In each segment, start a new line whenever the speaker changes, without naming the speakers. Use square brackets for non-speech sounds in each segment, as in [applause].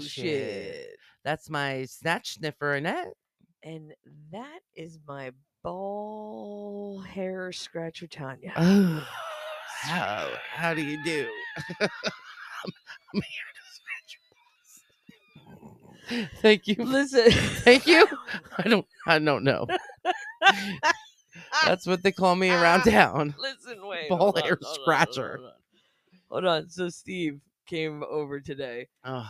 shit.
That's my snatch sniffer, Annette.
And that is my ball hair scratcher Tanya.
[sighs] Oh, how how do you do? I'm, I'm here to scratch your balls. [laughs] Thank you,
[laughs] Listen.
[laughs] thank you. I don't I don't know. That's what they call me around [laughs]
Ah.
town.
[laughs] Listen, wait.
Ball
hold on,
hair
hold on, hold
scratcher.
on, Hold on. So Steve came over today
Oh,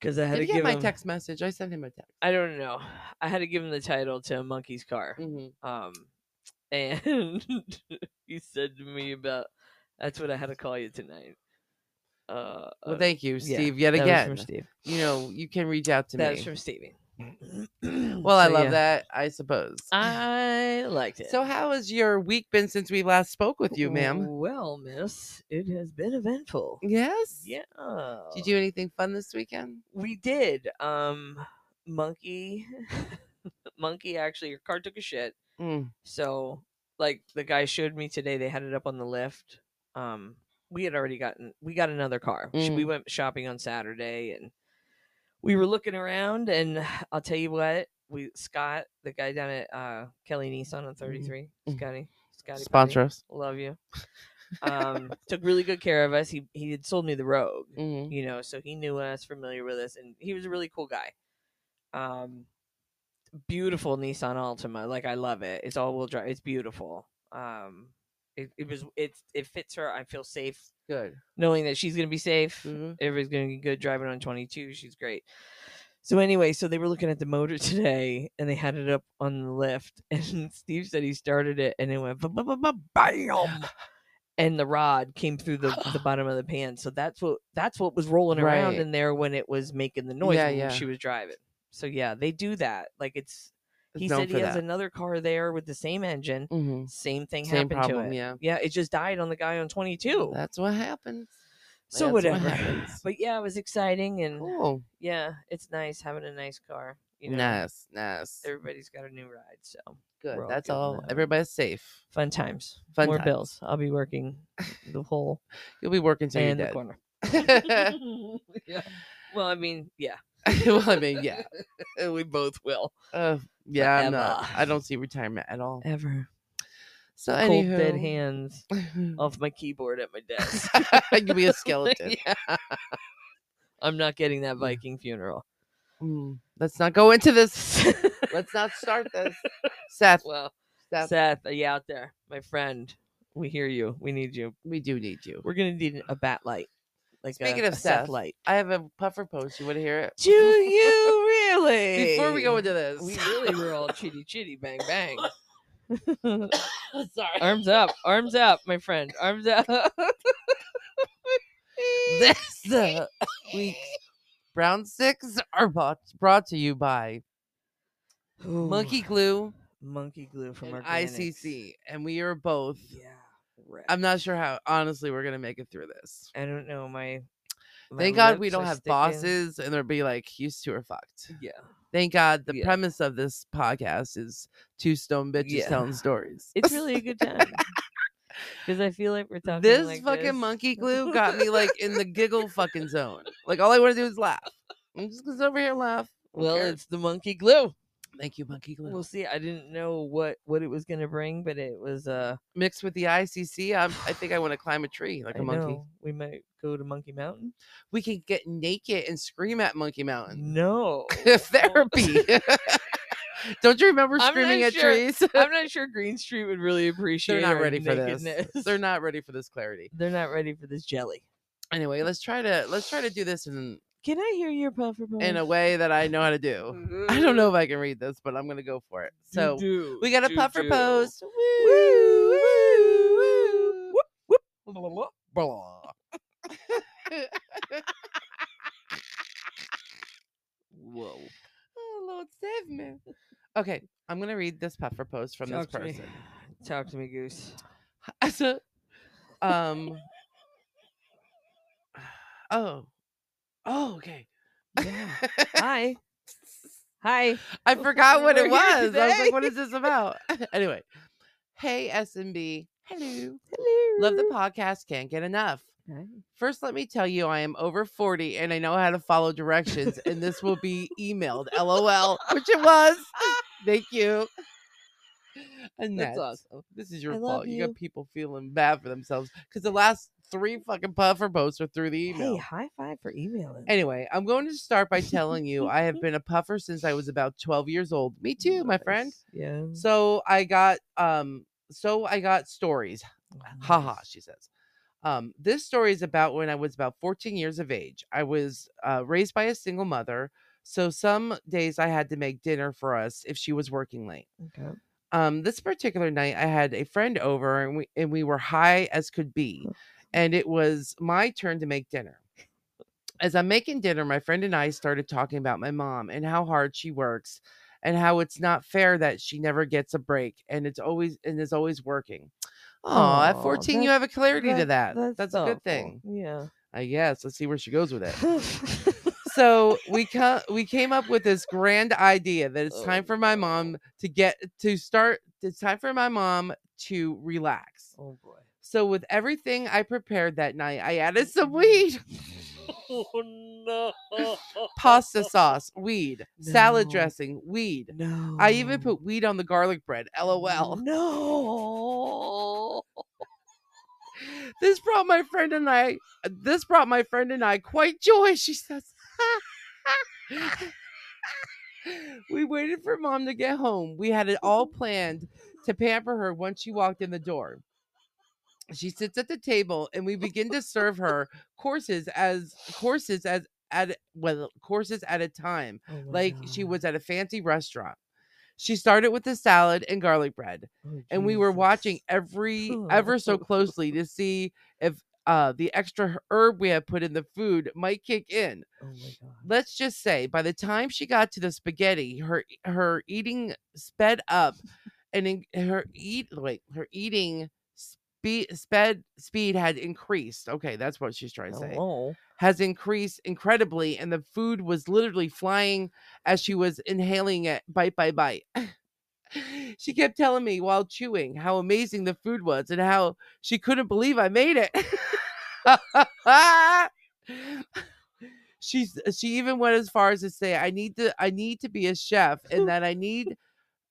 because I had
did he
to
get
give
my
him.
text message? I sent him a text.
I don't know. I had to give him the title to Monkey's Car.
Mhm.
Um, [laughs] and [laughs] he said to me about that's what I had to call you tonight. Uh,
Well,
uh,
thank you,
yeah,
Steve. Yet
that was
again,
from Steve.
you know you can reach out to me.
that was from [clears throat] Stevie.
well, I
So,
love
yeah,
that. I suppose.
I liked it.
So, how has your week been since we last spoke with you, ma'am?
Well, miss, it has been eventful.
Yes.
Yeah.
Did you do anything fun this weekend?
we did um monkey [laughs] monkey actually her car took a shit
Mm.
so like the guy showed me today they had it up on the lift um we had already gotten we got another car Sh- we went shopping on saturday and we were looking around and [sighs] i'll tell you what we scott the guy down at uh kelly nissan on 33
Mm.
scotty scotty Potty,
Sponsor us.
love you um took really good care of us he he had sold me the rogue
Mhm.
you know so he knew us familiar with us and he was a really cool guy um beautiful nissan altima like i love it it's all wheel drive it's beautiful um it, it was it's it fits her i feel safe
Good.
knowing that she's gonna be safe
Mhm.
everybody's gonna be good driving on 22 she's great so anyway so they were looking at the motor [laughs] today and they had it up on the lift [laughs] and steve said he started it and it went ba- ba- ba- ba-
[sighs]
bam and the rod came through the, the bottom of the pan so that's what that's what was rolling around
Right.
in there when it was making the noise
Yeah,
when
yeah.
she was driving so yeah they do that like it's
It's
he
known
said he
for
has
that.
another car there with the same engine
Mhm.
same thing
Same
happened
problem.
to it
Yeah.
yeah it just died on the guy on 22
That's what happens.
so
That's what
whatever
happens.
but yeah it was exciting and
Cool.
yeah it's nice having a nice car Mm-hmm. you know
nice. Nice.
everybody's got a new ride so
Good.
we're all
That's
good on
all.
that one.
Everybody's safe.
fun times
Fun
more
times.
bills i'll be working
[laughs]
the whole
You'll be working till you're
and the
dead.
corner
[laughs] well,
yeah well i mean yeah
I mean,
[laughs]
yeah.
we both will
Uh, yeah, I'm not.
Forever.
I don't see retirement at all.
ever
So,
cold dead
anywho,
hands
[laughs]
off my keyboard at my desk
You'll
[laughs]
be a skeleton.
yeah. i'm not getting that
Yeah.
viking
[laughs]
funeral
Mm, Let's not go into this. Let's not start
[laughs]
this. Seth,
well
Seth,
seth are you out there my friend we hear you we need you
we do need you.
We're gonna need a bat light. Like
Speaking
a,
of
a Seth,
Seth,
light.
I have a puffer post. You want to hear it?
Do you really?
Before we go
[laughs]
into this,
we really were all chitty chitty bang bang. [laughs]
sorry.
arms up, arms up, my friend, arms up. [laughs]
This uh, week's Brown Six are bought, brought to you by Monkey Glue
monkey glue from
and
our
ICC, and we are both.
Yeah, right.
I'm not sure how. Honestly, we're gonna make it through this.
I don't know my. my
Thank God we
lips
don't
are
have
sticking.
bosses, and they'll be like, "You two are fucked."
Yeah,
Thank God the
Yeah.
premise of this podcast is two stone bitches
Yeah.
telling stories.
it's really a good [laughs] time because I feel like we're talking.
this
like
fucking
this.
monkey
[laughs]
glue got me like in the giggle fucking zone. Like all I want to do is laugh. I'm just gonna sit over here and laugh. Who
Well,
cares?
it's the monkey glue.
thank you, monkey glue.
We'll see. I didn't know what what it was gonna bring, but it was uh
Mixed with the ICC, I'm, I think I want to climb a tree like a
I
monkey.
know, we might go to Monkey Mountain.
We can get naked and scream at Monkey [laughs] Mountain.
No,
Therapy. [laughs] Don't you remember
I'm not
screaming at
sure.
trees? [laughs]
I'm not sure Green Street would really appreciate.
They're not
our
ready for this.
nakedness.
They're not ready for this clarity.
[laughs] They're not ready for this jelly.
Anyway, let's try to let's try to do this in
Can I hear your puffer puff?
in a way that I know how to do. I don't know if I can read this, but I'm gonna go for it. So
do,
we got a
do,
puffer
do.
post. Woo, woo, woo. Blah.
Whoa!
Oh Lord, save me. Okay, I'm gonna read this puffer post from
Talk
this
to me.
person.
[sighs] Talk to me,
[laughs]
Goose.
So, [laughs] um. Oh. Oh, okay.
Yeah.
[laughs]
Hi. Hi. [laughs]
I forgot what it
We're here
was. I was
today.
like, what is this about? [laughs] anyway. Hey, SMB. Hello.
Hello. [laughs]
Love the podcast. Can't get enough.
Okay.
First, let me tell you, I am over 40 and I know how to follow directions, and this will be emailed.
[laughs]
LOL, which it was. Thank you. And that's,
That's awesome.
this is your
I
fault.
love
You.
you.
got people feeling bad for themselves because the last three fucking puffer posts are through the email.
Hey, high five for emailing.
Anyway, I'm going to start by telling you I
[laughs]
have been a puffer since I was about 12 years old. Me too, my friend.
Nice. Yeah.
So I got um so I got stories. Haha,
Nice.
she says. Um, this story is about when I was about 14 years of age. I was uh, raised by a single mother, so some days I had to make dinner for us if she was working late.
Okay.
Um, this particular night, I had a friend over, and we and we were high as could be, and it was my turn to make dinner. As I'm making dinner, my friend and I started talking about my mom and how hard she works, and how it's not fair that she never gets a break, and it's always and is always working. Oh, at
Aw,
14, you
that-
have a clarity to that. That's, a good
thoughtful.
thing,
Yeah.
I guess. Let's see where she goes with it. so we come we came up with this grand idea that it's
Oh,
time for my
no.
mom to get to start it's time for my mom to relax
[laughs] oh
[laughs]
boy.
so with everything i prepared that night i added some
Mm-hmm.
weed [laughs]
[laughs] Oh no.
pasta sauce weed salad
No. Oh.
dressing weed
No.
[laughs] i even put weed on the garlic bread lol [laughs]
No.
this brought my friend and i this brought my friend and i quite joy she says [laughs] we waited for mom to get home we had it all planned to pamper her once she walked in the door she sits at the table and we begin to serve her courses as courses as at well courses at a time
Oh my
like she
God.
was at a fancy restaurant. She started with the salad and garlic bread,
Oh,
and we were watching
Jesus.
every ever so closely to see if uh, the extra h- herb we had put in the food might kick in.
Oh
[laughs]
my god.
Let's just say, by the time she got to the spaghetti, her e, her eating sped up, and in, her eat like her eating speed sped speed had increased. Okay, that's what she's
Oh,
trying to say [laughs]
Hello.
has increased incredibly, and the food was literally flying as she was inhaling it bite by bite. [laughs] she kept telling me while chewing how amazing the food was and how she couldn't believe I made it. [laughs] She's she even went as far as to say I need to I need to be a chef and that I need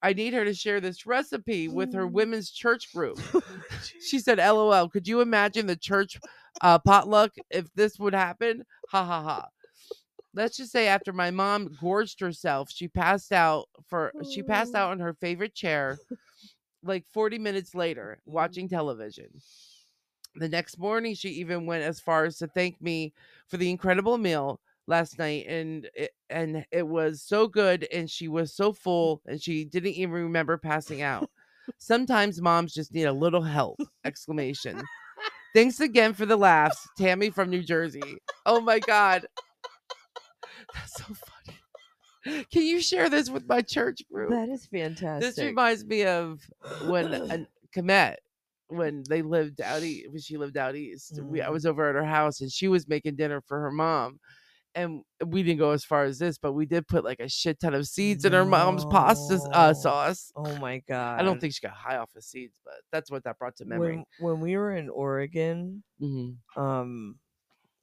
I need her to share this recipe with her
Mm.
women's church group. She said, "LOL, could you imagine the church uh, potluck if this would happen?" Ha ha ha. Let's just say after my mom gorged herself, she passed out for she passed
Oh.
out on her favorite chair like 40 minutes later watching television. The next morning, she even went as far as to thank me for the incredible meal last night and it, and it was so good and she was so full and she didn't even remember passing out. Sometimes moms just need a little help
[laughs]
exclamation. Thanks again for the laughs, Tammy from New Jersey. Oh my god. That's so funny. Can you share this with my church group?
That is fantastic.
This reminds me of
[clears throat]
when an, Komet, when they lived out east, when she lived out east, we, I
Mm.
was over at her house and she was making dinner for her mom. And we didn't go as far as this, but we did put like a shit ton of seeds in her mom's pasta s- uh,
No.
sauce.
[laughs] oh my god.
I don't think she got high off of seeds, but that's what that brought to memory.
when, when we were in Oregon,
Mhm.
um [laughs]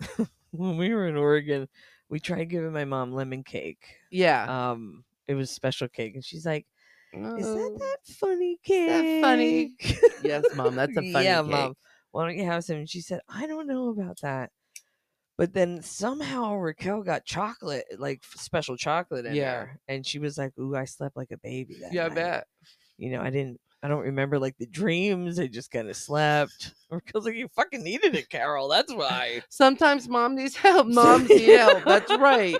when we were in Oregon, we tried giving my mom lemon cake.
Yeah.
Um it was special cake and she's like, "Is
Uh,
that that funny cake?"
that funny? yes, mom, that's [laughs] a funny
yeah,
cake.
mom. Why don't you have some? And she said, I don't know about that. But then somehow Raquel got chocolate, like f- special chocolate in
Yeah.
her, and she was like, "Ooh, I slept like a baby." That
Yeah, I
night."
bet.
You know, I didn't. I don't remember like the dreams. I just kind of slept. [laughs] Raquel's like, "You fucking needed it, Carol. That's why."
Sometimes mom needs [laughs] help. Moms need [laughs] help. That's right.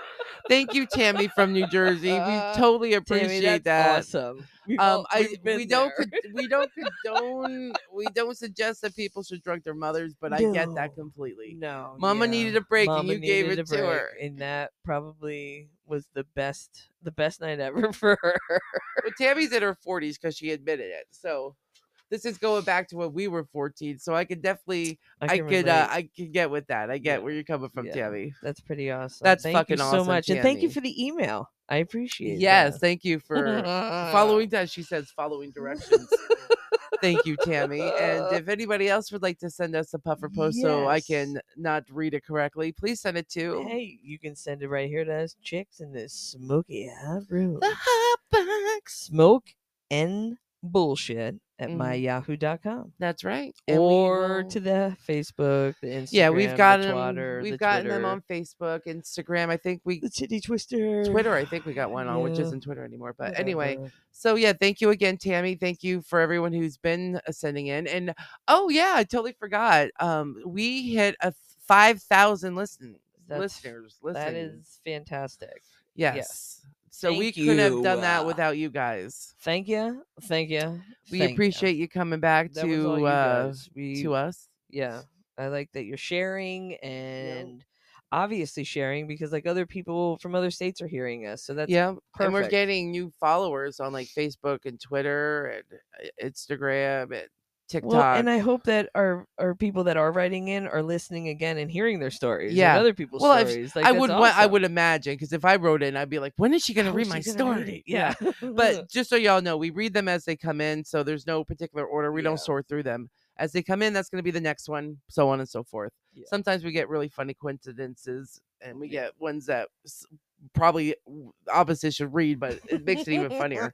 Thank you, Tammy from New Jersey. We
Uh,
totally
Tammy,
appreciate
that's
that.
awesome.
[laughs]
We've
Um,
all-
I
we've been
we don't
there.
con- we don't condone we don't suggest that people should drug their mothers, but I get
No.
that completely.
No,
Mama
yeah.
needed a break and
Mama
you gave
needed
it
a
to her.
break, and that probably was the best, the best night ever [laughs] for her.
But Tammy's in her forties because she admitted it. So this is going back to when we were fourteen. So I could definitely I,
can
could uh,
relate.
I could get with that. I get
Yeah.
where you're coming from,
Yeah.
Tammy.
That's pretty awesome.
That's
thank
fucking
you so
awesome,
much, and thank you
Tammy.
for the email. I appreciate.
Yes,
that. [laughs]
thank you for following that. She says following directions. Thank you, Tammy.
[laughs]
and if anybody else would like to send us a puffer post so I
Yes.
can not read it correctly, please send it to
Hey, you can send it right here to us chicks in this smoky hot room.
the hot box.
Smoke and bullshit at
Mhm.
myyahoo.com.
That's right. And we
Or
will-
to the Facebook, the Instagram,
yeah, we've gotten
the
'em-
Twitter,
we've
the
gotten them
Twitter,
on Facebook, Instagram. I think we
the titty twister.
Twitter. I think we got one on, which
Mm. Yeah,
isn't Twitter anymore. But anyway,
whatever.
so yeah, thank you again, Tammy. Thank you for everyone who's been uh, sending in. And oh yeah, I totally forgot. Um, we hit a five thousand listen
That's-
listeners. Listening.
that is fantastic.
yes. So we
Thank
couldn't have
you,
done that
uh,
without you guys.
Thank you, thank you.
We appreciate you coming back
that was all
to
you
uh,
guys. We
to us.
yeah i like that you're sharing and obviously sharing because like other people from other states are hearing us so that's
yeah, and we're
perfect.
getting new followers on like Facebook and Twitter and uh, Instagram and TikTok.
well, and I hope that our, our people that are writing in are listening again and hearing their stories. and
Yeah.
other people's
Well, I've-
stories. Like,
I
that's
would want, I
awesome.
would imagine because if I wrote in, I'd be like, when is she gonna
How
read
is
my
she Oh, gonna read
story?
it? Yeah, [laughs]
But just so y'all know, we read them as they come in, so there's no particular order. We
Yeah.
don't sort through them as they come in. That's gonna be the next one, so on and so forth.
Yeah.
Sometimes we get really funny coincidences, and we
Yeah.
get ones that s- probably w- opposite should read, but it makes it even
[laughs]
funnier.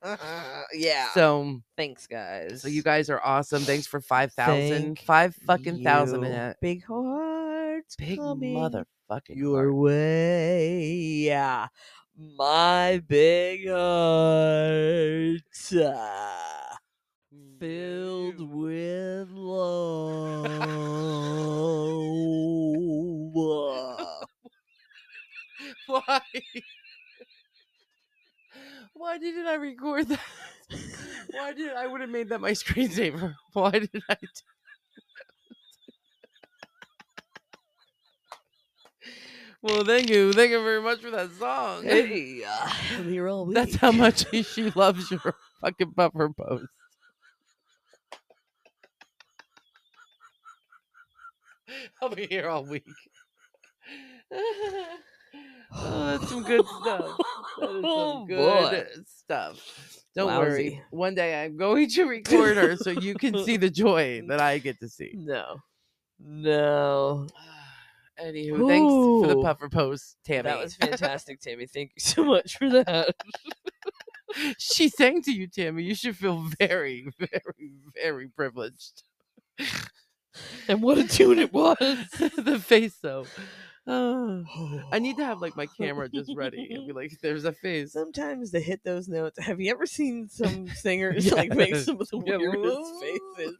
yeah.
So,
thanks, guys.
so you guys are awesome. Thanks for five thousand,
Thank
five fucking thousand in
You
it.
Big hearts.
Big
coming
motherfucking
your
heart.
way. Yeah. My big heart uh, filled with
[laughs]
love.
[laughs] Why? Why didn't I record that? [laughs] Why did I would have made that my [laughs] screensaver? Why did I? do- [laughs] well, thank you, thank you very much for that song.
hey, uh, [laughs] we're all weak.
That's how much [laughs] she loves your fucking buffer [laughs] post. I'll be here all week. [laughs] oh, that's some good stuff. That is some
[laughs] Oh,
good stuff. Don't worry.
Lousy.
One day I'm going [laughs] to record her so you can see the joy that I get to see.
No. No.
[sighs] Anywho, thanks for the
Ooh.
puffer post, Tammy.
That was fantastic, Tammy. Thank you so much for that.
[laughs] she sang to you, Tammy. You should feel very, [laughs] very, very privileged.
And what a tune it [sighs] was.
[laughs] the face, though. Oh, I need to have like my camera just ready and be like, "There's a face."
Sometimes they hit those notes. Have you ever
[laughs]
seen some singers like make
Yes.
some of the
Yeah,
weirdest
woo.
faces?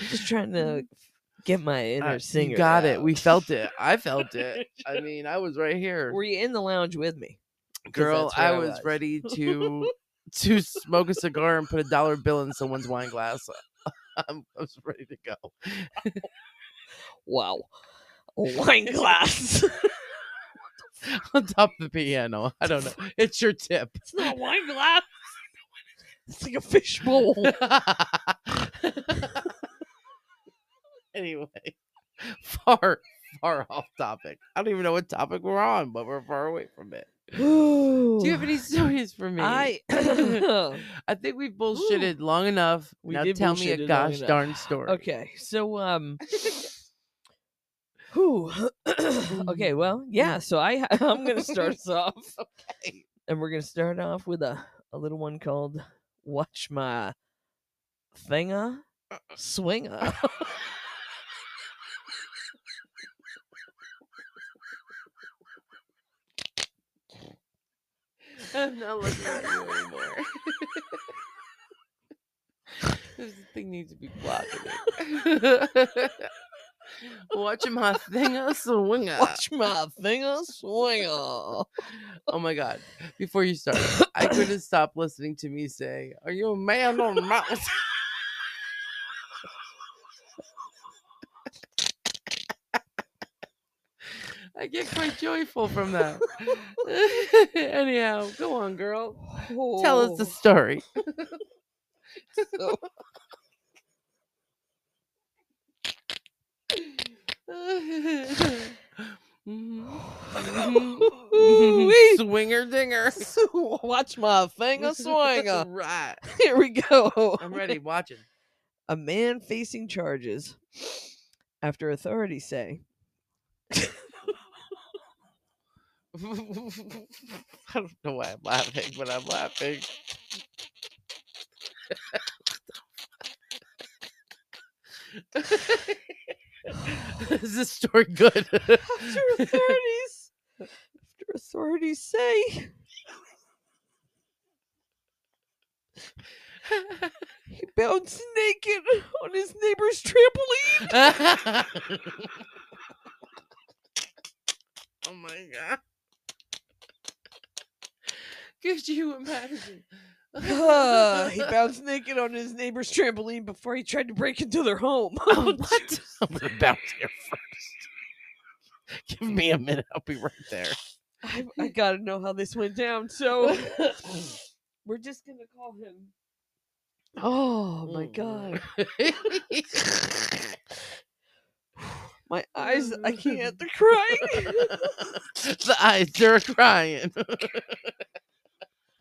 I'm just trying to
[laughs]
get my
Uh,
inner singer.
you got it.
out.
We
[laughs]
felt it. I felt it. I mean, I was right here,
Were you in the lounge with me? 'Cause
girl.
that's where
I was, ready
[laughs]
to to smoke a cigar and put a dollar bill in someone's wine glass. [laughs] I'm, I was ready to go. [laughs]
Wow.
[laughs]
Wine glass.
On top of the piano. I don't know. It's your tip.
[laughs]
[laughs]
it's not a wine glass. [laughs] It's like a fishbowl.
anyway, far, far off topic. I don't even know what topic we're on, but we're far away from it.
Do
[laughs] Do you have any stories for me?
I
[coughs]
[laughs]
I think we've bullshitted long enough.
We
now
did
tell me
bullshitted
a
long
gosh
enough.
darn story.
Okay,
[laughs]
so um, whew. [coughs] okay, well, yeah. So I ha- [laughs] I'm gonna
[laughs]
start us off,
Okay.
and we're gonna start off with a a little one called "Watch My Thinga Swinga."
[laughs]
[laughs]
I'm not looking at you anymore. [laughs] this thing needs to be [laughs] blocking. Watching my thing a [laughs] swinger.
Watch my thinga swinga.
Oh my god. Before you start, [coughs] I couldn't stop listening to me say, Are you a man or a mouse? [laughs] I get quite joyful from
[laughs]
that. [laughs] Anyhow, go on, girl. Oh. Tell us the [laughs] story. [laughs] Mhm. [laughs] Mhm.
Ooh-wee. [laughs]
Swinger dinger.
Watch Mm-hmm. my thinga swinga.
[laughs] right.
Here we go.
I'm ready. Watching.
A man facing charges after authorities say
[laughs] I don't know why I'm laughing, but I'm laughing. [laughs] Is this story [laughs] good?
[laughs] after authorities after authorities say
Oh
he bounced naked on his neighbor's [laughs] trampoline.
oh my god. Could you [laughs] imagine?
Ah, he bounced naked on his neighbor's trampoline before he tried to break into their home. [laughs]
Oh, what? I'm gonna bounce here first. Give me a minute. I'll be right there.
I, I gotta know how this went down,
Oh
[laughs] so we're just gonna call him. Oh my
Mm.
god, my eyes! I [laughs] can't. They're crying.
[laughs] the eyes, they're crying. [laughs]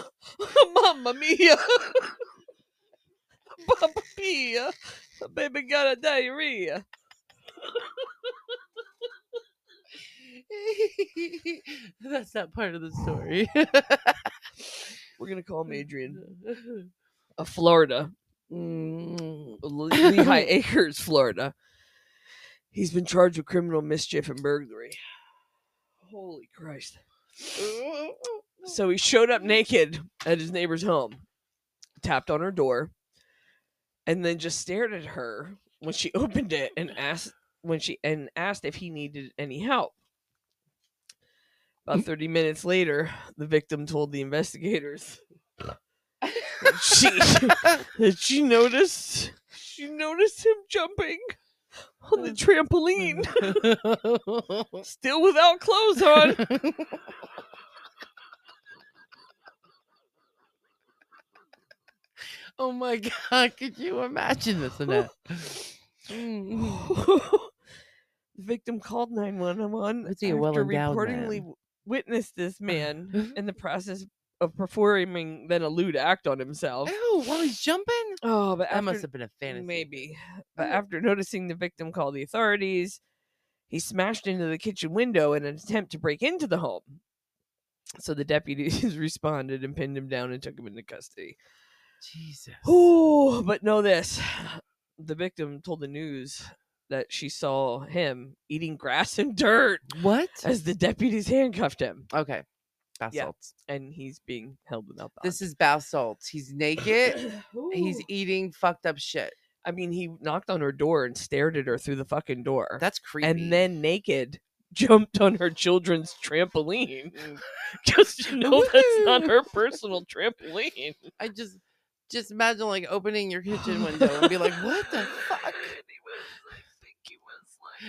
[laughs] Mamma mia, [laughs] Papa Pia, the baby got a diarrhea.
That's not part of the [laughs] story.
We're gonna call
[laughs]
him Adrian of Uh, Florida,
Mm.
[laughs] Le- Lehigh Acres, Florida. He's been charged with criminal mischief and burglary. Holy Christ! So he showed up naked at his neighbor's home, tapped on her door, and then just stared at her when she [laughs] opened it and asked when she and asked if he needed any help. About 30 minutes later, the victim told the investigators that she that she noticed she noticed him jumping on the trampoline, still without clothes on.
oh my god, could you imagine this, Annette? [laughs] [sighs] Mm.
the victim called 911
Must be a well-endowed
reportedly
man.
w- witnessed this
[laughs]
man in the process of performing then a lewd act on himself.
Ew, while he's jumping? Oh,
Oh, but
That
after,
must have been a fantasy.
maybe. But
Mm.
after noticing the victim call the authorities, he smashed into the kitchen window in an attempt to break into the home. So the deputies [laughs] responded and pinned him down and took him into custody.
Jesus.
Ooh, but know this. The victim told the news that she saw him eating grass [laughs] and dirt
What?
as the deputies handcuffed him.
Okay. Bath
Yeah.
salts.
And he's being held without bond.
This is bath salts. He's
[clears throat]
naked. he's e eating fucked up shit.
I mean, he knocked on her door and stared at her through the fucking door.
That's creepy.
and then naked jumped on her children's trampoline.
Mm.
[laughs] Just to know that's not her personal trampoline.
I just just imagine like opening your kitchen window and be like,
[laughs]
what the fuck?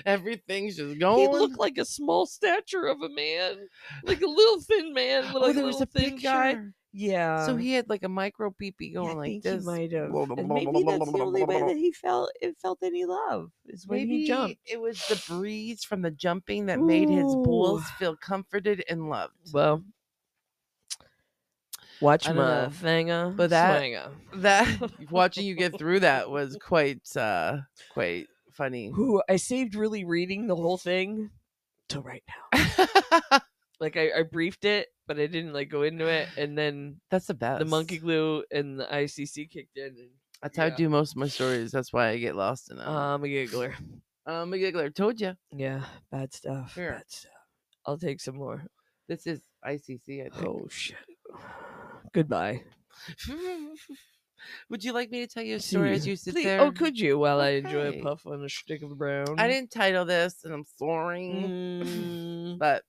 Everything's just
He
going.
looked like a small stature of a man, like a little thin man, like
oh,
a
there was
little
a
thin guy.
picture.
Yeah.
so he had like a micro peepee
yeah,
going
I
like
think
this.
He might have.
Blah, blah,
And
blah,
maybe
blah, blah,
that's the
blah,
only
blah,
way
blah.
[laughs] that he felt it felt any love is when
Maybe
he jumped.
it was the breeze from the jumping that made his balls feel comforted and loved.
Well, watch
I don't
my
know.
finger,
But that-
swinger.
That
[laughs]
[laughs] watching you get through that was quite uh quite funny.
who I saved really reading the whole thing till right now. Like I, I briefed it, but I didn't like go into it, and then
[laughs] That's the best.
the monkey glue and the ICC kicked in. And,
That's how I
yeah.
do most of my stories. That's why I get lost in them.
um, a giggler.
um, a giggler. Told you.
Yeah, bad stuff.
Here.
Bad stuff. I'll take some more.
This is ICC. I think.
Oh shit. [sighs] Goodbye.
[laughs] Would you like me to tell you a
See
story as
you.
you sit
Please-
there? Um
Oh, could you? While I enjoy
Okay.
a puff on a stick of brown.
I didn't title this, and I'm sorry. [laughs]
Mm,
But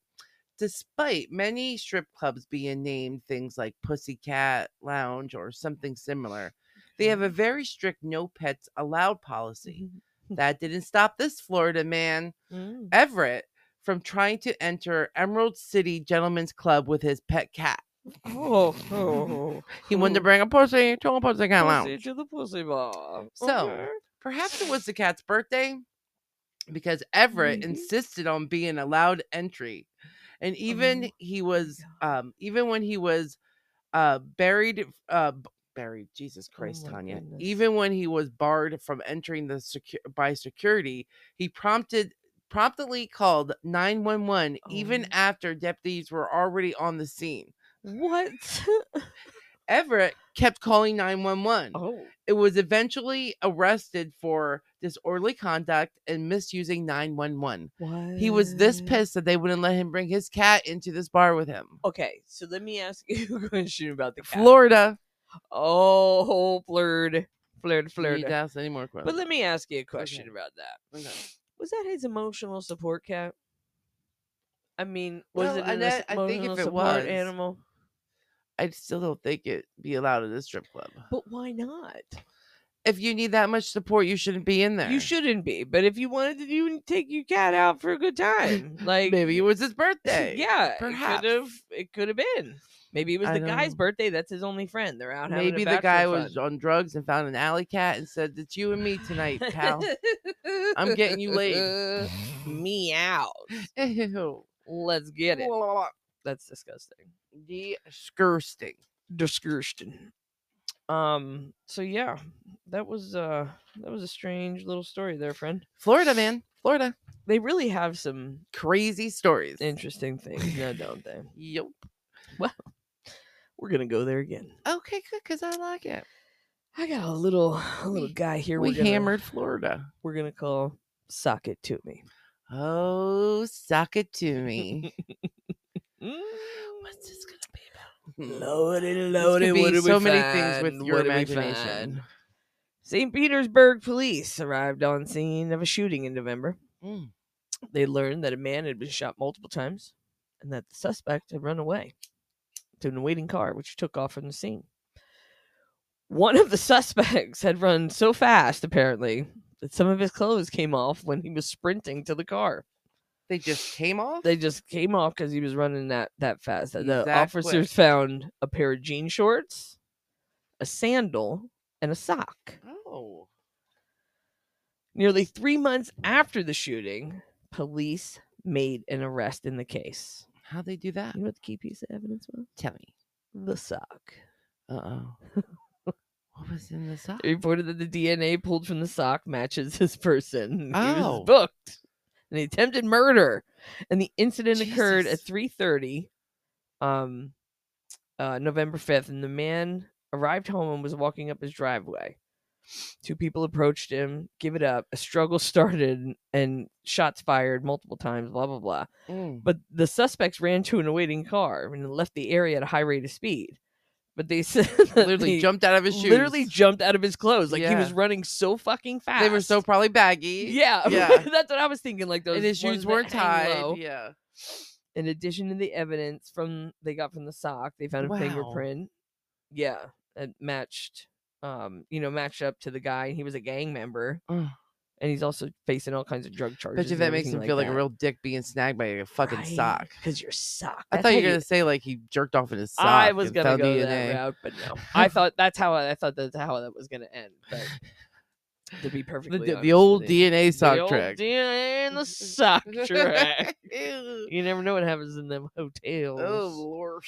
despite many strip clubs being named things like Pussycat Lounge or something similar, they have a very strict no pets allowed policy. That didn't stop this Florida man,
mm.
Everett, from trying to enter Emerald City Gentlemen's Club with his pet cat.
Oh, oh,
He wanted to bring a pussy to a pussycat
pussy
lounge.
to the pussy bar.
So,
Okay.
Perhaps it was the cat's birthday because Everett
Maybe.
insisted on being allowed entry. And even
Oh
he was um even when he was uh buried uh b- buried. Jesus Christ,
Oh my
Tanya.
goodness.
Even when he was barred from entering the secu- by security, he prompted promptly called 911 even
Oh.
after deputies were already on the scene.
What?
[laughs] Everett kept calling 911.
oh.
It was eventually arrested for disorderly conduct and misusing 911.
What?
He was
Mm.
this pissed that they wouldn't let him bring his cat into this bar with him.
Okay, so let me ask [laughs] you a question about the cat.
Florida.
Oh, flirt,
Florida.
flirt, flirt.
Need to ask any more
But
questions.
let me ask you a question about that.
Okay.
Was that his emotional support cat? I mean, was
Well,
it an
Annette, I
emotional
think if it
support
was-
animal?
I still don't think it'd be allowed at this strip club.
But why not?
If you need that much support, you shouldn't be in there.
You shouldn't be. But if you wanted to, you would take your cat out for a
[laughs]
good time. Like [laughs]
Maybe it was his birthday.
yeah,
Perhaps.
it could have. It could have been. Maybe it was
I
the
don't
guy's
know.
birthday. That's his only friend. They're out. having a
Maybe the
bachelor
guy
fun.
was on drugs and found an alley cat and said, "It's you and me tonight,
[laughs]
pal." [laughs] I'm getting you laid.
Meow.
Ew.
Let's get it. That's disgusting.
[laughs] Disgusting.
Disgusting. Um. So yeah, that was uh that was a strange little story there, friend.
Florida man, Florida.
They really have some
Crazy stories.
interesting things now, don't they?
Yep.
We're gonna go there again.
Okay, good, cause I like it.
I got a little a little
We-
guy here.
we
we're gonna,
hammered Florida.
We're gonna call Sock It to me.
Oh, suck it to [laughs] me.
Mm. What's this gonna be
Hmm.
Loaded,
This could
[laughs] loaded.
be
What do we
so many things with
find?
your
What do we
imagination.
find? St. Petersburg police arrived on scene of a shooting in November.
Mm.
They learned that a man had been shot multiple times and that the suspect had run away to an waiting car, which took off from the scene. One of the [laughs] suspects had run so fast, apparently, that some of his clothes came off when he was sprinting to the car.
They just came off.
They just came off because he was running that, that fast. The
He's that
officers
quick.
found a pair of jean shorts, a sandal, and a sock.
oh.
Nearly three months after the shooting, police made an arrest in the case.
How'd they do that?
You know what the key piece of evidence was?
Tell me.
The sock.
Uh oh. what was in the sock?
They reported that the DNA pulled from the sock matches [laughs] this person. He
Oh.
was booked. An attempted murder. And the incident occurred at
Jesus.
3.30 um, uh, November 5th. And the man arrived home and was walking up his driveway. Two people approached him, give it up. A struggle [laughs] started and shots fired multiple times, blah, blah, blah.
Mm.
But the suspects ran to an awaiting car and left the area at a high rate of speed. But they [laughs] said that
Literally
[laughs] they
jumped out of his shoes.
literally jumped out of his clothes. Like he was
Yeah.
running so fucking fast.
They were so probably baggy.
yeah, [laughs]
Yeah.
that's what I was thinking. Like those
and his
ones
shoes
that
weren't
hang
tied.
low.
Yeah.
In addition to the evidence from they got from the sock, they found a
Wow.
fingerprint. Yeah, that matched. Um, you know, matched up to the guy. He was a gang member,
Ugh.
and he's also facing all kinds of drug charges.
Bet you
and
that makes him
everything
feel like
that.
a real dick being snagged by a fucking sock.
Because your sock.
I
That's
thought
how
you were gonna say like he jerked off in his sock.
I was
and
gonna
found
go
DNA.
that route, but no.
[laughs]
I thought that's how I, I thought that's how that was gonna end. But to
[laughs]
be
The,
perfectly
the
honest
old
with you.
DNA sock
the old
trick.
DNA
[laughs]
and the sock [laughs] track.
Ew.
You never know what happens in them hotels.
Oh lord.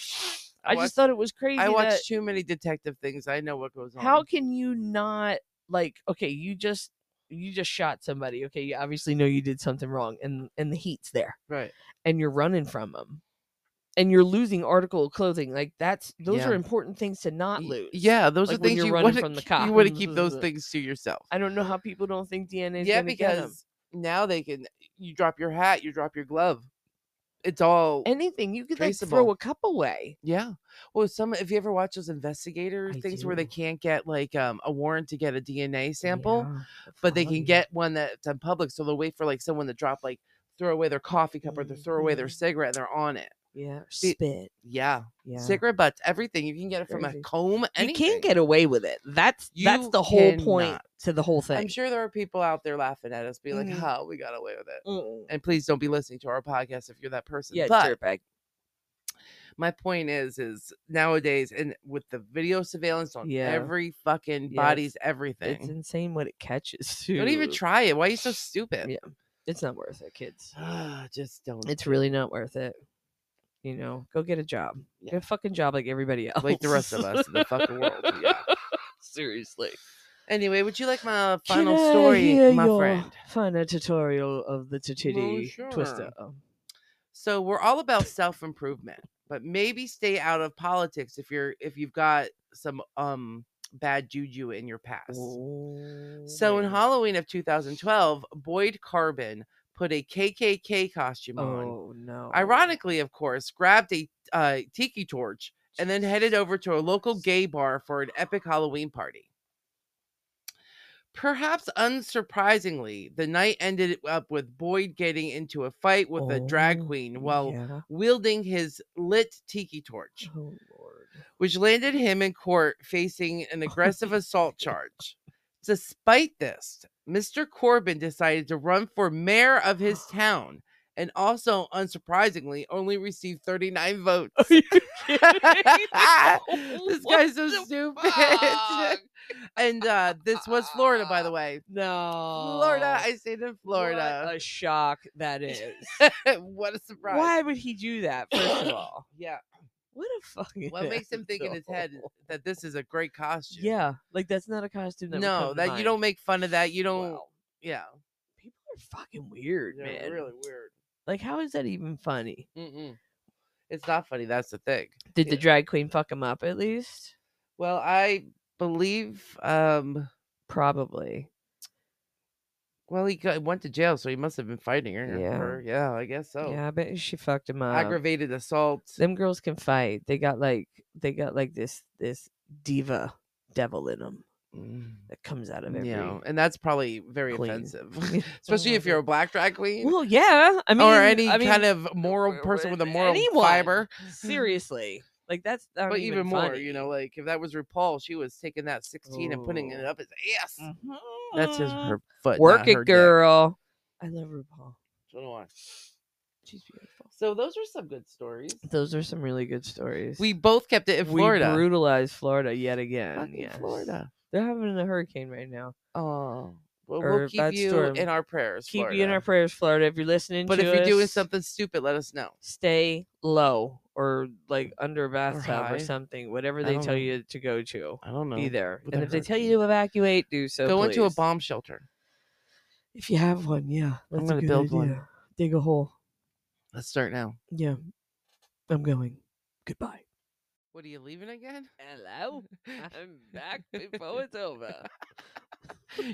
I
watched-
just thought it was crazy.
I
that-
watch too many detective things. I know what goes on.
how can you not like? Okay, you just you just shot somebody. Okay, you obviously know you did something wrong, and and the heat's there,
right?
and you're running from them, and you're losing article of clothing. Like that's those
Yeah.
are important things to not
Y-
lose.
Yeah, those
Like
are
when
things
you're
you
running
want
from the
to [laughs] you
cops
want to
and
keep
this [laughs]
those
is a-
things to yourself.
I don't know how people don't think DNA is
yeah,
gonna get 'em.
because now they can. You drop your hat, you drop your glove. It's all
anything you could like throw
traceable.
a cup away.
yeah. Well, some if you ever watch those investigator
I
things where they
do.
can't get like um, a warrant to get a DNA sample, but they can get one that's in public, so they'll wait for like someone to drop like throw away their coffee cup or they throw away their
Mhm.
cigarette and they're on it.
yeah
Be-
spit.
Yeah,
Yeah,
cigarette butts, everything you can get it from a
Crazy.
comb.
you
Anything.
can't get away with it. That's that's
You
the whole point
cannot.
to the whole
I'm
thing.
sure there are people out there laughing at us, being like,
Mhm.
"How we got away with it."
Mm-mm.
and please don't be listening to our podcast if you're that person.
Yeah,
but
dirtbag.
my point is, is nowadays and with the video surveillance on
Yeah.
every fucking
Yeah,
body's
It's
everything.
insane what it catches too.
Don't even try it. Why are you so stupid? [sighs]
Yeah. It's not worth it, kids.
Ah, Just don't.
It's really not worth it. you know, go get a job.
Yeah.
Get a fucking job like everybody else.
like the
[laughs]
rest of us in the fucking world. Yeah.
Seriously.
Anyway, would you like my
Can
final
I
story,
hear
my
your
friend?
Final tutorial of the Tatiti
sure.
Twister.
So we're all about self improvement, but maybe stay out of politics if you're if you've got some um bad juju in your past. So
Oh.
in Halloween of 2012, Boyd Carbon put a KKK costume on.
Oh no.
Ironically, of course, grabbed a uh, tiki torch and then headed over to a local gay bar for an epic Halloween party. Perhaps unsurprisingly, the night ended up with Boyd getting into a fight with a drag
Oh,
queen while
yeah.
wielding his lit tiki torch,
Oh
[laughs]
lord.
which landed him in court facing
[laughs] Oh,
an aggressive assault charge. Despite this, Mr. Corbin decided to run for mayor of
[gasps]
his town and also, unsurprisingly, only received
Oh,
39 votes.
Are you
[laughs]
[laughs] kidding?
Oh, this guy's so
Oh, What the
stupid.
fuck?
[laughs] and uh, this was Florida, by the way.
No.
Florida, I stayed in
What
Florida.
a shock that is.
[laughs] what a surprise.
Why would he do that, first of
[laughs]
all?
Yeah.
What a fucking.
What makes him think in his head
asshole.
that this is a great costume?
Yeah, like that's not a costume that. would come
no,
to
that you
mind.
don't make fun of that. You don't.
Wow.
Yeah,
People are fucking weird,
They're
man.
really weird.
Like, how is that even funny?
Mm-mm. It's not funny. That's the thing.
Did the
Yeah.
drag queen fuck him up at least?
Well, I believe. Um.
Probably.
Well, he got, went to jail, so he must have been fighting her.
Yeah.
her- Yeah, I guess so.
Yeah, I bet she fucked him up.
Aggravated assault.
Them girls can fight. They got like they got like this this diva devil in them
Mm,
that comes out of every.
Yeah,
[laughs]
and that's probably very [laughs]
Queen.
offensive, especially if
Whatever.
you're a black drag queen
Well, yeah. I mean,
or any
I mean,
kind of moral
w-
person with a
w-
moral
anyone.
fiber. [laughs]
seriously. Like that's not
But even, more,
funny.
you know, like if that was RuPaul, she was taking that 16 and putting it
Ooh.
up his ass. That's his
Mhm.
her foot.
Work
not her
it,
dick.
girl. I love RuPaul.
So do I.
She's beautiful.
So those are some good stories.
Those are some really good stories.
We both kept it in Florida.
We brutalized Florida yet again.
Fucking
yes.
Florida.
They're having a hurricane right now.
Oh, well, we'll
Or
keep
bad
you
storm.
in our prayers.
Keep you in our
Florida.
prayers, Florida. If you're listening,
But
to
if you're doing
us,
something stupid, let us know.
stay low or like under a bathtub
high.
or something. Whatever
I
they
don't
tell
know.
you to go to,
I don't know.
be there.
with
And
a
if they tell you to evacuate, do so.
Go into a
please.
bomb shelter.
If you have one, yeah. That's
gonna
a good
build
idea.
one.
Dig a hole.
Let's start now.
Yeah. I'm going. Goodbye.
What are you leaving again? [laughs]
Hello. I'm back before it's over.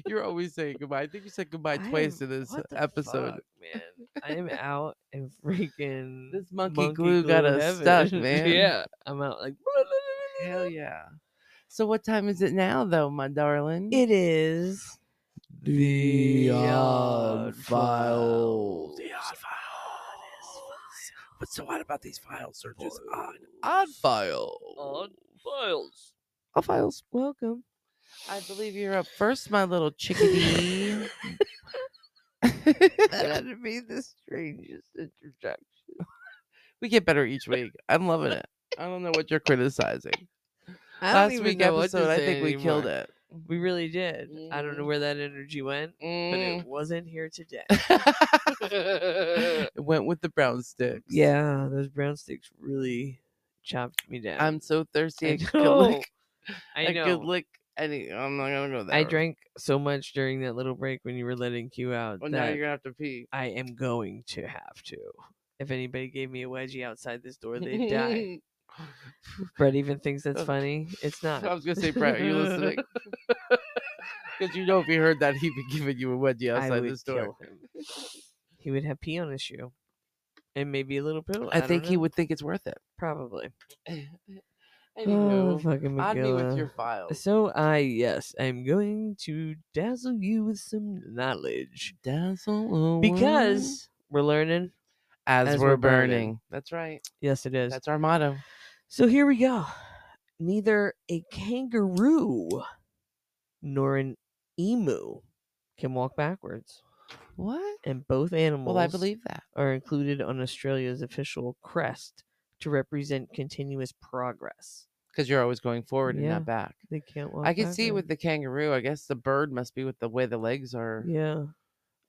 You're always saying goodbye. I think you said goodbye
I
twice
am-
in [laughs] this uh,
what the
episode.
fuck, man. I'm out and freaking
This monkey, glue, got
glue
us
heaven.
stuck,
[laughs]
man.
yeah, I'm out like. [laughs]
Hell yeah. So what time is it now though, my darling?
It is
The
Odd Files.
The odd files. What's so odd about these files? They're just odd. Odd files.
on files.
Odd files.
Welcome.
I believe you're up first, my little [laughs] chickadee.
That had to be the strangest introduction.
we get better each week. I'm loving it. I don't know what you're criticizing.
I
Last week episode, I think we killed it.
We really did. I don't know
Mhm.
where that energy went, but
Mm.
[laughs] it wasn't here today.
[laughs] it went with the brown sticks.
yeah, those brown sticks really chopped me down.
I'm so thirsty. I,
I
could
know.
lick. [laughs]
I
I
know.
could lick any. I'm not gonna go there.
I drank so much during that little break when you were letting Q out
Well, now
that
you're gonna have to pee.
I am going to have to. If anybody gave me a wedgie outside this door, they'd [laughs] die. Brett even thinks that's
Uh,
funny. It's not.
I was gonna say, Brett, are you listening?
[laughs]
Because you know, if he heard that, he'd be giving you a wedgie
I
outside
would
this door.
kill him. He would have pee on his shoe, and maybe a little poo.
I
don't
think he
know.
would think it's worth
[laughs]
it.
probably. Oh,
Anywho,
fucking
I'd be with
[laughs]
your
Magilla.
files.
uh, So I yes, I'm going to dazzle you with some knowledge
Dazzle
because we're learning.
as, we're, burning. that's right.
Yes, it is.
That's our motto.
So here we go. Neither a kangaroo nor an emu can walk backwards,
What?
and both animals
Well, I believe that.
are included on Australia's official crest to represent continuous progress.
because you're always going forward and
Yeah.
not back.
They can't walk.
I can see with the
backwards.
kangaroo. I guess the bird must be with the way the legs are.
yeah.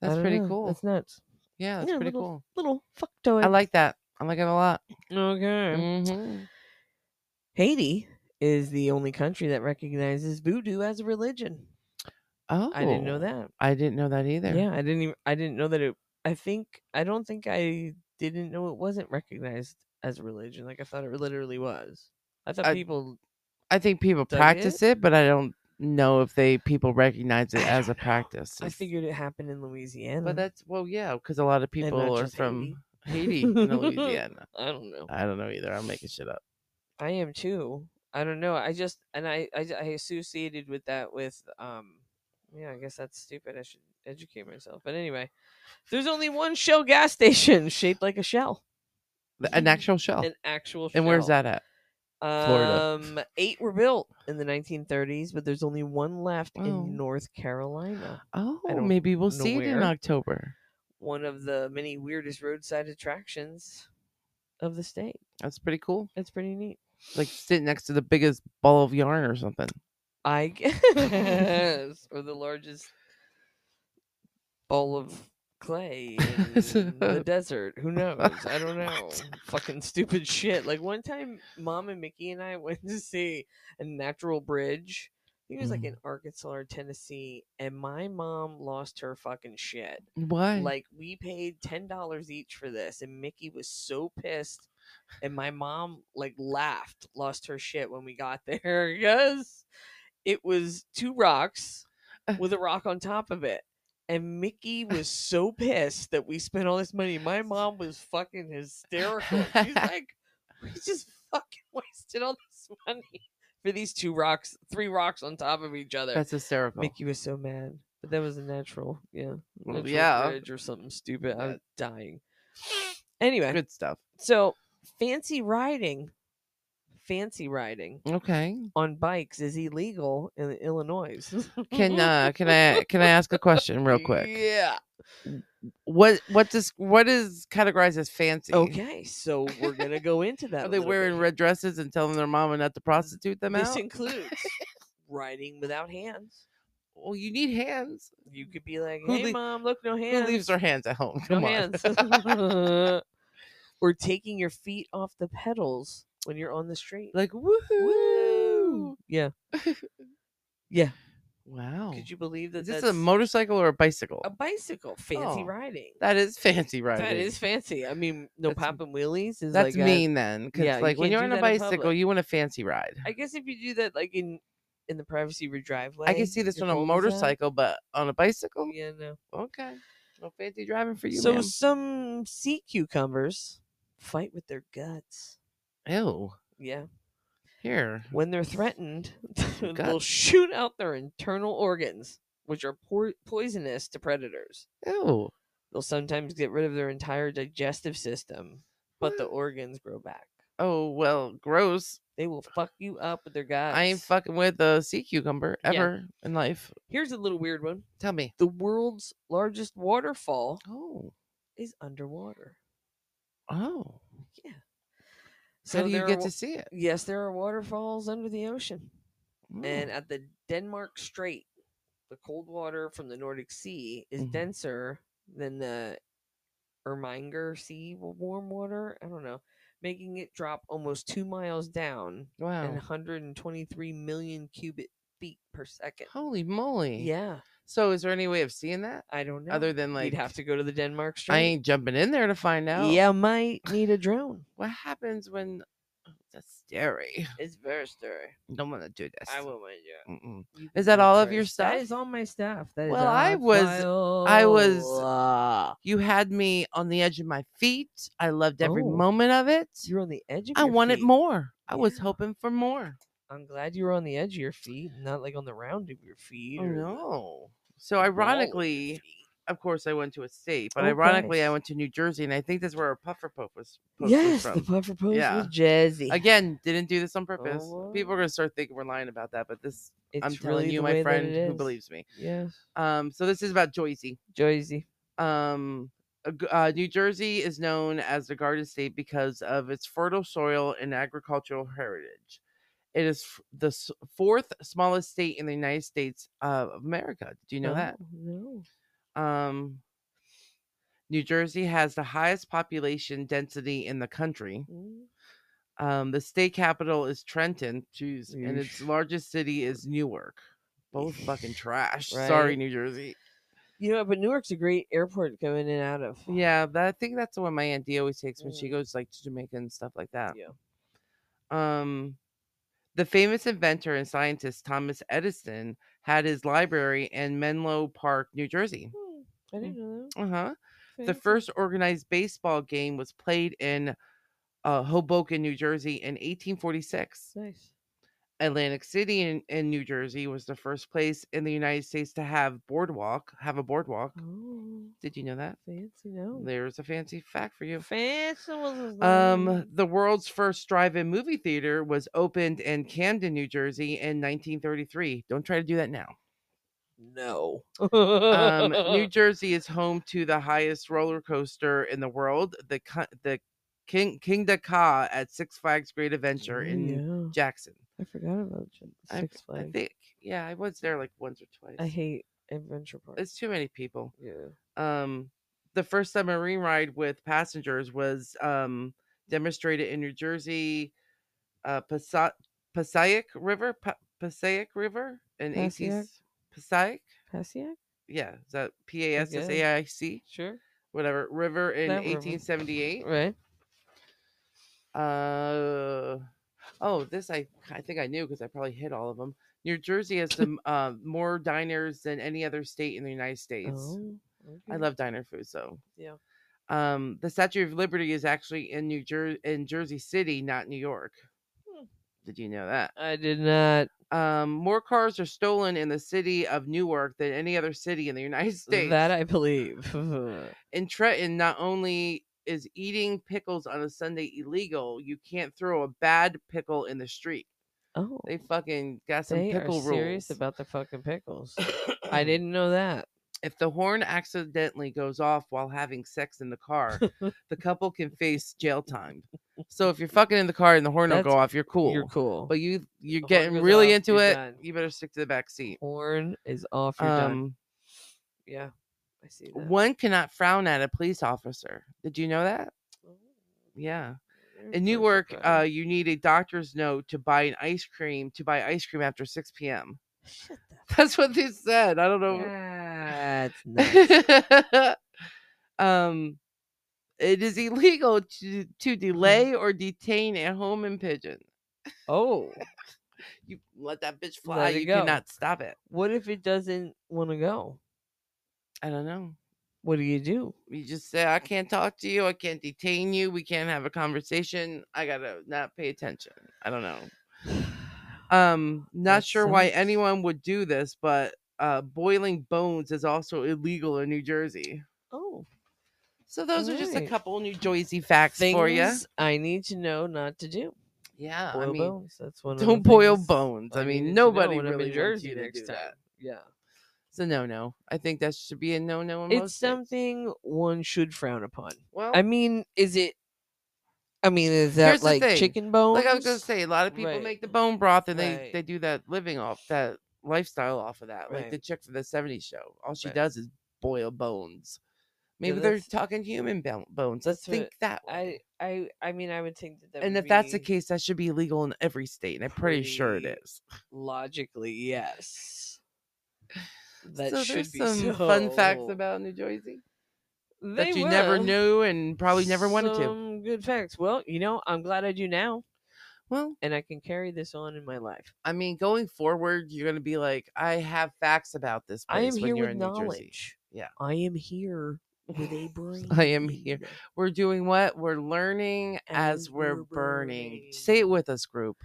I
that's
don't
pretty
know.
cool.
That's nuts.
yeah, that's
yeah,
pretty
little
cool.
Little fuck toy.
I like that. I like it a lot.
Okay.
Mhm.
Haiti is the only country that recognizes voodoo as a religion.
Oh,
I didn't know that.
I didn't know that either.
Yeah, I didn't even I didn't know that it I think I don't think I didn't know it wasn't recognized as a religion. Like I thought it literally was. I thought
I-
people
I think people
Dug it?
practice it, but I don't know if they people recognize it
I
as a
don't know.
practice.
I
It's-
figured it happened in Louisiana.
but that's well, yeah, because a lot of
and
people
not
are
just
from uh,
Haiti. [laughs]
Haiti and Louisiana.
I don't know.
I don't know either. I'm making shit
[laughs]
up.
I am too. I don't know. I just and I I, j- I associated with that with um yeah, I guess that's stupid. I should educate myself. But anyway, there's only one shell gas [laughs] station shaped like a shell.
Th- An actual shell.
An actual shell.
Oh, and where's that at? Florida.
Um, eight were built in the 1930s, but there's only one left
Wow.
in North Carolina.
Oh,
don't
maybe we'll see it in
where.
October.
One of the many weirdest roadside attractions of the state.
That's pretty cool.
That's pretty neat.
Like sit next to the biggest ball of yarn or something.
I guess, or the largest ball of clay in the desert. Who knows? I don't know.
What?
Fucking stupid shit. Like one time, Mom and Mickey and I [laughs] went to see a natural bridge. I think it was like
Mhm.
in Arkansas or Tennessee, and my mom lost her fucking shit.
Why?
Like we paid ten dollars each for this, and Mickey was so pissed. And my mom like laughed, lost her shit when we got [laughs] there because it was two rocks
Uh.
with a rock on top of it. And Mickey was so pissed that we spent all this money.
[laughs]
My mom was fucking hysterical. She's like, we just fucking [laughs] wasted all this money for these two rocks, three rocks on top of each other.
that's hysterical.
Mickey was so mad. But that was a natural, yeah.
Well,
Natural
yeah,
bridge or something stupid.
Yeah.
I'm dying.
[laughs]
Anyway,
good stuff.
so fancy riding, fancy riding
Okay.
on bikes is illegal in Illinois.
Can [laughs] uh can I can I ask a question real quick?
Yeah.
What what does what is categorized as fancy? [laughs]
Okay, so we're gonna go into that.
Are
a
they
little
wearing
bit. Mm-hmm.
red dresses and telling their mama not to prostitute them
This
out?
includes riding without hands.
well, you need hands.
You could be like,
Who
"Hey,
lea-
mom, look, no hands."
Who leaves their hands at home? [laughs]
no
Come on. [laughs]
hands. [laughs] or taking your feet off the pedals when you're on the street.
like woohoo!
Yeah. Yeah.
Wow.
Could you believe that
Oh. is this
that's
a motorcycle or a bicycle?
a bicycle? Fancy
Oh,
riding.
that is fancy riding.
That is fancy. I mean, no
That's-
popping wheelies is
That's
like a-
mean then, because
yeah, you
like when
can't
you're
do
on a
that in
bicycle,
public.
you want a fancy ride.
I guess if you do that, like in in the privacy of your driveway,
I can see this
your
on a
cul-de-sac.
motorcycle, but on a bicycle,
Yeah, no.
okay, no fancy driving for you,
so
ma'am.
some sea cucumbers fight with their guts.
Ew.
Yeah,
Here,
when they're threatened, [laughs] they'll
guts.
shoot out their internal organs, which are por- poisonous to predators.
ew.
They'll sometimes get rid of their entire digestive system, but the
What?
organs grow back.
Oh well, gross.
They will fuck you up with their guts.
I ain't fucking with a sea cucumber
Yeah.
ever in life.
Here's a little weird one.
Tell me.
The world's largest waterfall
Oh,
is underwater.
oh.
Yeah.
How do you
there are
get
wa-
to see it?
Yes, there are waterfalls under the ocean. And
Mm.
at the Denmark Strait, the cold water from the Nordic Sea is
Mhm.
denser than the Erminger Sea wa- warm water. I don't know, making it drop almost two miles down
wow.
and 123 million cubic feet per second.
Holy moly.
Yeah,
So is there any way of seeing that
I don't know.
other than like
you'd have to go to the Denmark Strait.
I ain't jumping in there to find out.
Yeah, might need a drone.
What happens when oh, that's scary.
It's very scary.
Don't want to do this.
I will mind you.
Mm-mm.
You
Is
can
that
go
all of your
first. That
stuff?
is all my stuff. That is
Well,
all
I
my
was- I was-
file. Uh,
You had me on the edge of my feet. I loved every
Oh.
moment of it.
you're on the edge of.
I
your
wanted
feet.
more. I was
Yeah.
hoping for more.
I'm glad you were on the edge of your feet, not like on the round of your feet.
Oh
or the
no. So
wall of your
ironically,
feet.
of course, I went to a state, but
Oh,
ironically, I
nice.
went to New Jersey, and I think that's where our puffer pope was. Post
yes,
was
the
from.
puffer post
Yeah.
was jazzy.
Again, didn't do this on purpose. People
wow.
are gonna start thinking we're lying about that, but this
Oh. it's
I'm telling
really
you,
the
my
way that
friend
it
who
is.
believes me.
Yes,
Um, so this is about Joycey.
Joyzy.
Um, a g- uh, New Jersey is known as the Garden State because of its fertile soil and agricultural heritage. It is f- the s- fourth smallest state in the United States of America. Did you know
Oh,
that?
No.
Um, New Jersey has the highest population density in the country. Um, the state capital is Trenton, jeez, and its
Yeesh.
largest city is Newark. Both fucking trash. Sorry,
Right.
New Jersey.
You know, but Newark's a great airport to go in and out of.
Yeah, that, I think that's the one my aunt Dee always takes when she
Mm.
goes like to Jamaica and stuff like that.
Yeah.
Um, the famous inventor and scientist Thomas Edison had his library in Menlo Park, New Jersey.
Hmm, I didn't know
Uh huh.
that.
The
Fancy.
first organized baseball game was played in uh, Hoboken, New Jersey, in 1846.
nice.
Atlantic City in, in New Jersey was the first place in the United States to have boardwalk. Have a boardwalk.
Oh,
Did you know that?
fancy no.
There's a fancy fact for you.
Fancy was his
Um,
name.
the world's first drive-in movie theater was opened in Camden, New Jersey, in 1933. Don't try to do that now.
no.
Um,
[laughs]
New Jersey is home to the highest roller coaster in the world, the Ki- the King King Da Ka at Six Flags Great Adventure
Oh,
in
yeah.
Jackson.
I forgot about Jim-
I-
Six Flags.
I think, yeah, I was there like once or twice.
I hate Adventure Park.
it's too many people.
yeah.
Um, the first submarine ride with passengers was um demonstrated in New Jersey, uh, Pasa- Passaic River, Pa- Passaic River, in
Passaic?
18 Passaic.
Passaic?
Yeah, is that P A S S
guess.
A I C?
Sure.
whatever river in
That river.
1878
Right.
uh oh this i i think i knew because i probably hit all of them new jersey has some uh, more diners than any other state in the united states
Oh,
i
okay.
love diner food so
Yeah.
um the statue of liberty is actually in new jersey in jersey city not new york
Hmm.
did you know that
I did not.
um more cars are stolen in the city of newark than any other city in the united [laughs] states
That I believe. [laughs] oh,
in Trenton, not only is eating pickles on a Sunday illegal, you can't throw a bad pickle in the street. They fucking got some
they
pickle
are
rules.
serious about the fucking pickles.
[coughs]
I didn't know that.
If the horn accidentally goes off while having sex in the
[laughs]
car, the couple can face jail time. So if you're fucking in the car and the horn don't go
That's-
off, you're cool.
You're cool.
But you you're
The horn
getting
goes
really
off,
into
you're
it.
done.
You better stick to the back seat.
Horn is off. You're done.
Um,
Yeah, I see that.
one cannot frown at a police officer. Did you know that?
Oh.
Yeah.
Mm,
In Newark, uh, you need a doctor's note to buy an ice cream to buy ice cream after 6 p.m.
Shut the
[laughs] That's what they said. I don't know.
[laughs] That's nuts.
[laughs] um, it is illegal to
Mm-hmm.
to delay or detain a home and pigeon.
oh,
You let that bitch fly.
it
You
go.
cannot stop it.
what if it doesn't want to go?
I don't know.
What do you do?
You just say I can't talk to you. I can't detain you. We can't have a conversation. I gotta not pay attention. I don't know. Um, not
That
sure why
sucks.
anyone would do this, but uh, boiling bones is also illegal in New Jersey.
Oh,
So those are just a
Alright.
couple New Jersey facts
things
for you.
I need to know not to do.
Yeah,
Boil
I mean,
bones. That's one. of the
don't boil
things
bones. I mean,
needed to know
nobody
when I'm in
really wants you to do that.
Yeah,
So no, no. I think that should be a no, no. in
it's
most states.
something one should frown upon.
Well,
I mean, is it? I mean, is that
Here's the
like
thing.
chicken bones?
like I was gonna say, a lot of people
Right.
make the bone broth and they
Right.
they do that living off that lifestyle off of that. Like
Right.
the chick from the '70s show, all she
Right.
does is boil bones.
Yeah,
Maybe they're
that's-
talking human bo- bones. Let's
that's what
think that. way.
I, I, I mean, I would think that. that
and
would
if that's the
be
case, that should be illegal in every state, and I'm pretty sure it
pretty
is. [laughs]
logically, yes. That
so
should
there's
be
some fun facts
so.
about New Jersey
They
that you never
will.
knew and probably never wanted to.
Some Good facts. Well, you know, I'm glad I do now,
Well,
and I can carry this on in my life.
I mean, going forward, you're gonna be like, I have facts about this place
I am
when
here
you're
with
in New Jersey.
knowledge.
Yeah.
I am here with a brain.
[laughs] I am here We're doing what? We're learning as, we're, burning. Say it with us, group.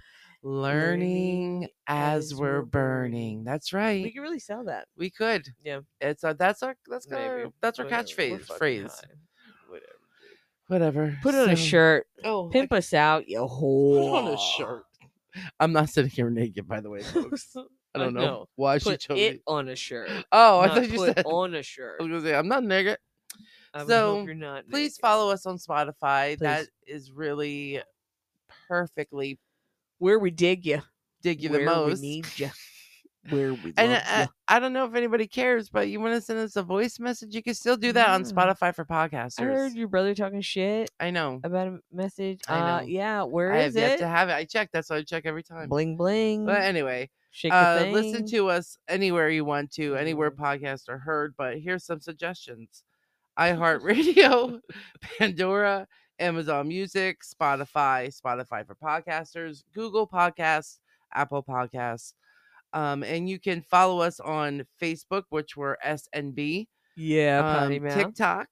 Learning,
Learning
as,
as
we're
we're
burning.
burning.
That's right.
We can really sell that.
We could.
Yeah.
It's a, that's our that's our
Maybe.
that's our
Whatever. We're
catchphrase
fucking
phrase.
high. Whatever.
Whatever.
Put on a
So-
shirt.
Oh, I
Pimp us out, you
put
whore.
on a [laughs] shirt. I'm not sitting here naked, by the way, folks. I
I
don't know,
know.
why she
Put
chose
it
it.
on a shirt.
Oh, I
not
thought you
put
said.
on a
I
shirt.
was gonna say I'm not naked.
I would
So,
hope you're not
Please
naked.
follow us on Spotify.
Please.
That is really perfectly
where we dig you,
dig you the
where
most.
[laughs] we need you, where we
And
love
I,
you.
I don't know if anybody cares, but you want to send us a voice message, you can still do that on
Yeah.
Spotify for
I heard
podcasters.
your brother talking shit
I, know.
about a message.
I
Uh,
know.
yeah, where
I have
is
yet
it?
to have it. I check. That's why I check every time.
Bling bling.
But anyway,
Shake
uh,
the
listen
thing.
to us anywhere you want to, anywhere
Mhm.
podcasts are heard. But here's some
[laughs]
suggestions: iHeartRadio, [laughs] Pandora, Amazon Music, Spotify, Spotify for podcasters, Google Podcasts, Apple Podcasts, um, and you can follow us on Facebook, which we're SNB,
yeah, potty
um,
mouth.
TikTok,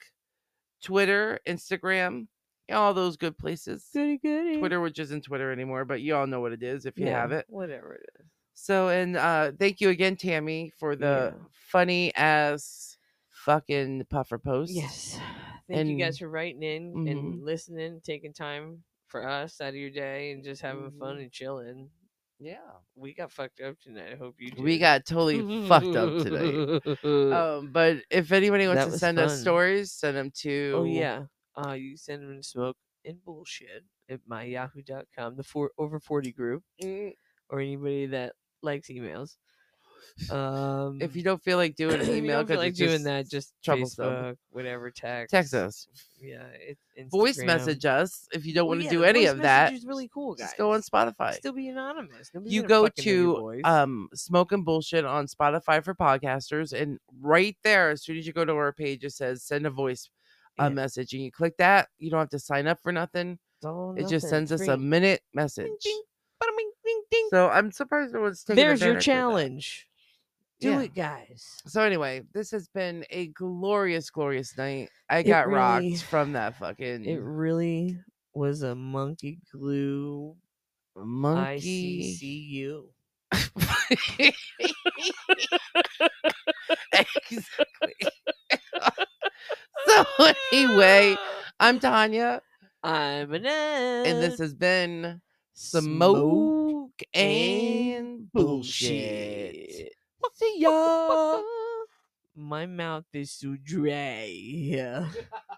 Twitter, Instagram, all those good places.
goody goody.
Twitter, which isn't Twitter anymore, but you all know what it is if you
Yeah,
have it.
whatever it is.
So and uh thank you again, Tammy, for the
Yeah.
funny ass fucking puffer post.
Yes. Mm-hmm. Thank you guys
And-
for writing in
Mhm.
and listening, taking time for us out of your day and just having
Mm-hmm.
fun and chilling.
Yeah.
We got fucked up tonight. I hope you did.
We got totally fucked up
[laughs]
today. Um, but if anybody wants
That
to
was
send us
fun.
stories, send them to
oh yeah. Uh you send them to smoke and bullshit at my yahoo.com, the four over forty group,
Mm,
or anybody that likes emails. Um
If you don't feel like doing an
if [coughs] [laughs] you
email,
don't feel
because
like doing that, just
troublesome.
Facebook, whatever text.
text us,
Yeah. It's
voice
Instagram.
message us. If you don't
Oh,
want to
yeah,
do
the
any
voice
of that,
message is really cool, guys.
just go on Spotify.
Still be anonymous. Nobody's
you
gonna
go
fucking know your
to
voice.
um smoke and bullshit on spotify for podcasters and right there as soon as you go to our page it says send a voice a
Yeah.
message and you click that you don't have to sign up for nothing
It's all
it just
nothing.
sends us
It's
a
free.
minute message
ding, ba-da-bing, ding, ding.
so i'm surprised no one's taking
There's your
advantage of that.
challenge. Do
Yeah.
it, guys.
so anyway this has been a glorious glorious night i
It
got
really-
rocked from that fucking
It really was a monkey glue
[laughs] monkey
ICCU. [laughs]
exactly [laughs] so anyway I'm Tanya,
[laughs] I'm an
and this has been
Smoke
Smoke and Bullshit. See ya.
My mouth is so dry. [laughs]